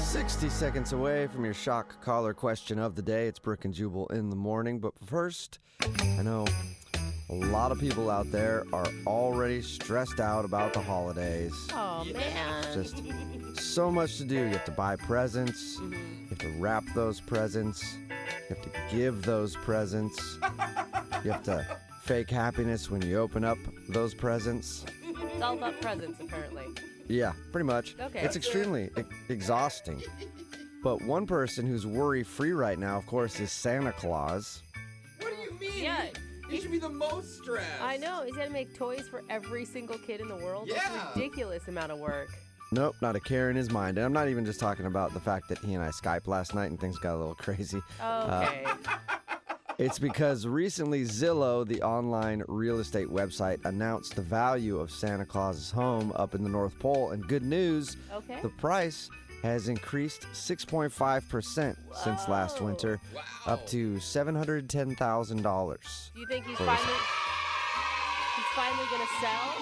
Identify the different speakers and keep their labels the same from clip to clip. Speaker 1: 60 seconds away from your shock collar question of the day. It's Brick and Jubal in the morning. But first, I know a lot of people out there are already stressed out about the holidays.
Speaker 2: Oh man.
Speaker 1: Just so much to do. You have to buy presents, you have to wrap those presents, you have to give those presents, you have to fake happiness when you open up those presents.
Speaker 2: It's all about presents, apparently.
Speaker 1: Yeah, pretty much.
Speaker 2: Okay.
Speaker 1: It's extremely e- exhausting. But one person who's worry free right now, of course, is Santa Claus.
Speaker 3: What do you mean?
Speaker 2: Yeah.
Speaker 3: You should be the most stressed.
Speaker 2: I know. He's got to make toys for every single kid in the world.
Speaker 3: Yeah.
Speaker 2: That's a ridiculous amount of work.
Speaker 1: Nope, not a care in his mind. And I'm not even just talking about the fact that he and I Skyped last night and things got a little crazy.
Speaker 2: Okay.
Speaker 1: It's because recently Zillow, the online real estate website, announced the value of Santa Claus's home up in the North Pole. And good news,
Speaker 2: Okay.
Speaker 1: the price has increased 6.5% since last
Speaker 2: Whoa.
Speaker 1: winter, up to $710,000.
Speaker 2: Do you think he's finally he's finally gonna sell?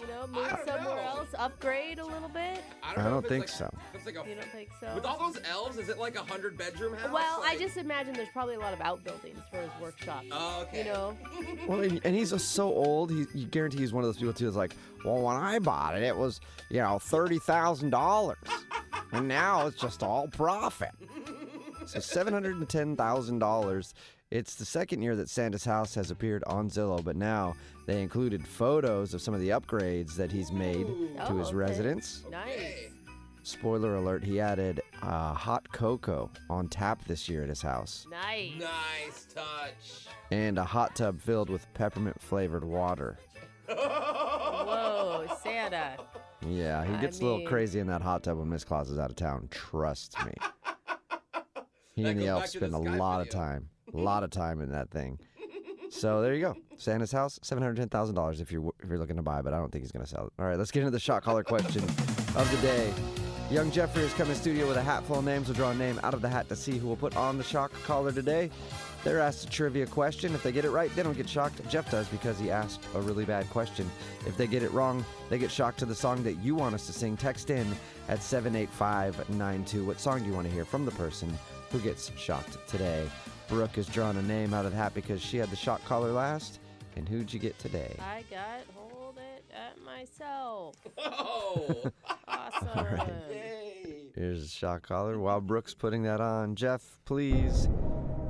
Speaker 2: You know, move
Speaker 3: don't
Speaker 2: somewhere
Speaker 3: know.
Speaker 2: else, upgrade a little bit.
Speaker 1: I
Speaker 3: know
Speaker 1: don't
Speaker 3: if it's
Speaker 1: think
Speaker 3: like-
Speaker 1: so.
Speaker 3: if It's like a,
Speaker 2: You don't think so?
Speaker 3: with all those elves, is it like a hundred bedroom house?
Speaker 2: well, I
Speaker 3: Like-
Speaker 2: just imagine there's probably a lot of outbuildings for his workshop.
Speaker 3: Oh, okay.
Speaker 2: You know,
Speaker 1: Well, and, and he's so old. He, you guarantee he's one of those people too. That's like, well, when I bought it, it was you know thirty thousand dollars, and now it's just all profit. So seven hundred and ten thousand dollars. It's the second year that Santa's house has appeared on Zillow, but now they included photos of some of the upgrades that he's made to
Speaker 2: Oh,
Speaker 1: his
Speaker 2: okay.
Speaker 1: residence.
Speaker 2: nice.
Speaker 1: Spoiler alert: he added uh, hot cocoa on tap this year at his house,
Speaker 2: Nice.
Speaker 3: Nice touch.
Speaker 1: and a hot tub filled with peppermint flavored water.
Speaker 2: Whoa, Santa.
Speaker 1: Yeah, he
Speaker 2: I
Speaker 1: gets a little
Speaker 2: mean-
Speaker 1: crazy in that hot tub when Miss Claus is out of town. Trust me. He
Speaker 3: That
Speaker 1: and the
Speaker 3: goes
Speaker 1: elf
Speaker 3: back to the
Speaker 1: spend a
Speaker 3: Skype
Speaker 1: lot of
Speaker 3: video.
Speaker 1: time, a lot of time in that thing. So there you go. Santa's house, seven hundred ten thousand dollars if you're if you're looking to buy, but I don't think he's gonna sell it. All right, let's get into the shot caller question of the day. Young Jeffrey has come in studio with a hat full of names. We'll draw a name out of the hat to see who will put on the shock collar today. They're asked a trivia question. If they get it right, they don't get shocked. Jeff does because he asked a really bad question. If they get it wrong, they get shocked to the song that you want us to sing. Text in at 78592. What song do you want to hear from the person who gets shocked today? Brooke has drawn a name out of the hat because she had the shock collar last. And who'd you get today?
Speaker 2: I got hold it at myself.
Speaker 3: Whoa.
Speaker 2: Awesome.
Speaker 3: Yay.
Speaker 1: Here's the shock collar. While Brooke's putting that on, Jeff, please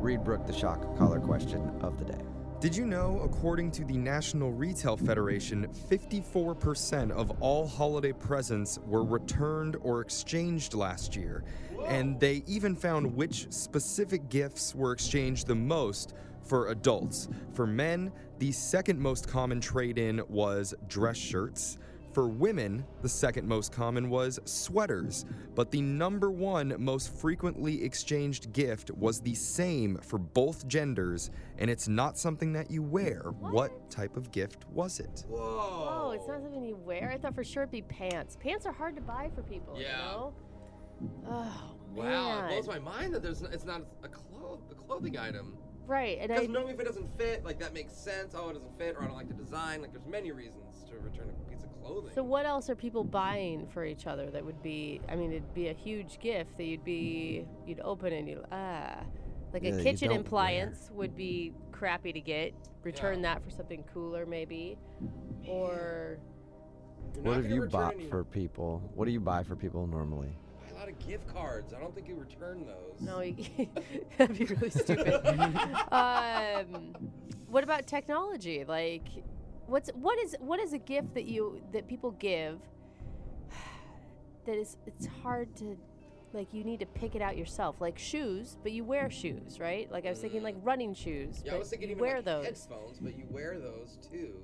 Speaker 1: read Brooke the shock collar question of the day.
Speaker 4: Did you know, according to the National Retail Federation, 54% of all holiday presents were returned or exchanged last year? And they even found which specific gifts were exchanged the most for adults. For men, the second most common trade in was dress shirts. For women, the second most common was sweaters, but the number one most frequently exchanged gift was the same for both genders, and it's not something that you wear. What, type of gift was it?
Speaker 2: Oh,
Speaker 3: Whoa.
Speaker 2: it's not something you wear. I thought for sure it'd be pants. Pants are hard to buy for people.
Speaker 3: Yeah.
Speaker 2: You know? Oh
Speaker 3: Wow,
Speaker 2: man.
Speaker 3: it blows my mind that there's n- it's not a, clo- a clothing item.
Speaker 2: Right, and I
Speaker 3: Because normally if it doesn't fit, like that makes sense. Oh, it doesn't fit, or I don't like the design. Like there's many reasons to return a piece of clothing.
Speaker 2: so what else are people buying for each other that would be? I mean, it'd be a huge gift that you'd be you'd open and you would ah, like
Speaker 1: Yeah, that
Speaker 2: a
Speaker 1: you
Speaker 2: kitchen
Speaker 1: don't
Speaker 2: appliance would be crappy to get. Return that for something cooler maybe, or
Speaker 3: You're not
Speaker 1: What have
Speaker 3: gonna
Speaker 1: you
Speaker 3: return
Speaker 1: bought
Speaker 3: any-
Speaker 1: for people? What do you buy for people normally?
Speaker 3: Buy a lot of gift cards. I don't think you return those.
Speaker 2: no, you- that'd be really stupid. um, what about technology? Like, what's what is what is a gift that you that people give that is it's hard to like you need to pick it out yourself. Like shoes, but you wear shoes, right? Like I was thinking like running shoes.
Speaker 3: Mm. Yeah, I
Speaker 2: but
Speaker 3: was thinking
Speaker 2: you
Speaker 3: even
Speaker 2: wear
Speaker 3: like
Speaker 2: those.
Speaker 3: headphones, but you wear those too.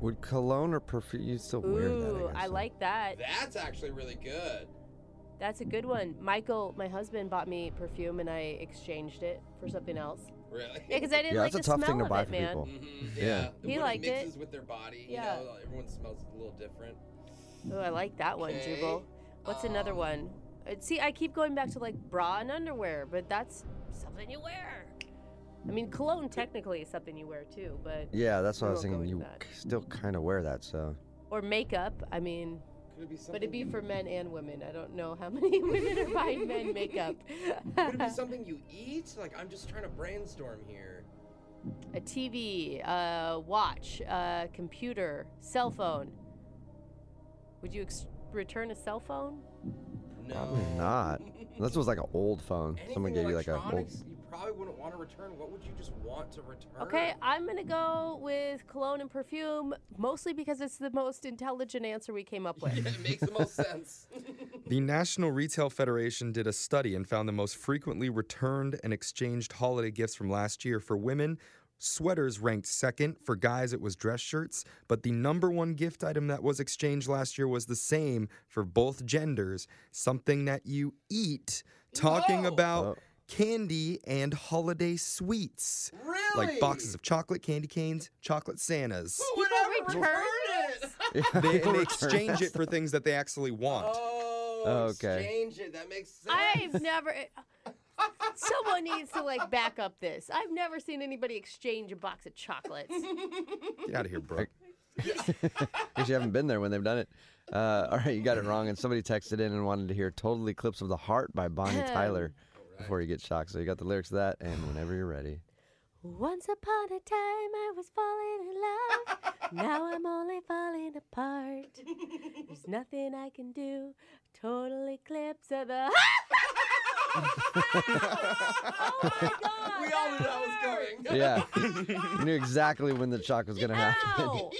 Speaker 1: Would cologne or perfume? You still wear that?
Speaker 2: Ooh, I
Speaker 1: guess, huh?
Speaker 2: like that.
Speaker 3: That's actually really good.
Speaker 2: That's a good one. Michael, my husband bought me perfume and I exchanged it for something else.
Speaker 3: Really.
Speaker 2: Yeah, because I didn't
Speaker 1: Yeah,
Speaker 2: like
Speaker 1: that's a
Speaker 2: the
Speaker 1: tough
Speaker 2: smell
Speaker 1: thing to
Speaker 2: of
Speaker 1: buy
Speaker 2: it,
Speaker 1: for
Speaker 2: man.
Speaker 1: people.
Speaker 3: Mhm,
Speaker 1: Yeah.
Speaker 3: yeah.
Speaker 2: He
Speaker 3: when
Speaker 2: liked it.
Speaker 3: it. Mixes with their body.
Speaker 2: Yeah.
Speaker 3: You know, everyone smells a little different.
Speaker 2: Oh, I like that one, Jubal.
Speaker 3: Okay,
Speaker 2: What's another
Speaker 3: um,
Speaker 2: one? Uh, See, I keep going back to like bra and underwear, but that's something you wear. I mean, cologne technically is something you wear too, but
Speaker 1: Yeah, that's what
Speaker 2: We
Speaker 1: I was
Speaker 2: won't go
Speaker 1: thinking. You
Speaker 2: into that.
Speaker 1: c- still kind of wear that, so
Speaker 2: or makeup. I mean,
Speaker 3: It'd be something.
Speaker 2: But it'd be for men and women. I don't know how many women are buying men makeup.
Speaker 3: Could it be something you eat? Like I'm just trying to brainstorm here.
Speaker 2: a TV, a watch, a computer, cell phone. Would you ex- return a cell phone?
Speaker 3: No.
Speaker 1: Probably not. This was like an old phone.
Speaker 3: Anything
Speaker 1: Someone gave you like a old.
Speaker 3: electronics, you probably wouldn't want to return. What would you just want to return?
Speaker 2: Okay, I'm gonna go with cologne and perfume, mostly because it's the most intelligent answer we came up
Speaker 3: Yeah,
Speaker 2: with.
Speaker 3: it makes the most sense.
Speaker 4: The National Retail Federation did a study and found the most frequently returned and exchanged holiday gifts from last year for women. Sweaters ranked second. For guys, it was dress shirts. But the number one gift item that was exchanged last year was the same for both genders something that you eat, talking
Speaker 3: Whoa.
Speaker 4: about
Speaker 1: Oh.
Speaker 4: candy and holiday sweets.
Speaker 3: really?
Speaker 4: Like boxes of chocolate candy canes, chocolate Santas.
Speaker 3: Who would ever
Speaker 2: return
Speaker 3: it?
Speaker 4: They,
Speaker 1: People
Speaker 4: they
Speaker 1: return
Speaker 4: exchange
Speaker 1: that
Speaker 4: it for things that they actually want.
Speaker 3: oh,
Speaker 1: Okay.
Speaker 3: exchange it. That makes sense.
Speaker 2: I've never. eh, Someone needs to like back up this. I've never seen anybody exchange a box of chocolates.
Speaker 4: Get out of here, Brooke.
Speaker 1: Guess you haven't been there when they've done it. Uh, all right, you got it wrong. And somebody texted in and wanted to hear Total Eclipse of the Heart by Bonnie Tyler before you get shocked. So you got the lyrics of that, and whenever you're ready.
Speaker 2: Once upon a time, I was falling in love. now I'm only falling apart. There's nothing I can do. Total eclipse of the. oh my god!
Speaker 3: we all knew that was
Speaker 2: hurt.
Speaker 3: going.
Speaker 1: Yeah. you knew exactly when the shock was going to happen.
Speaker 2: Ow!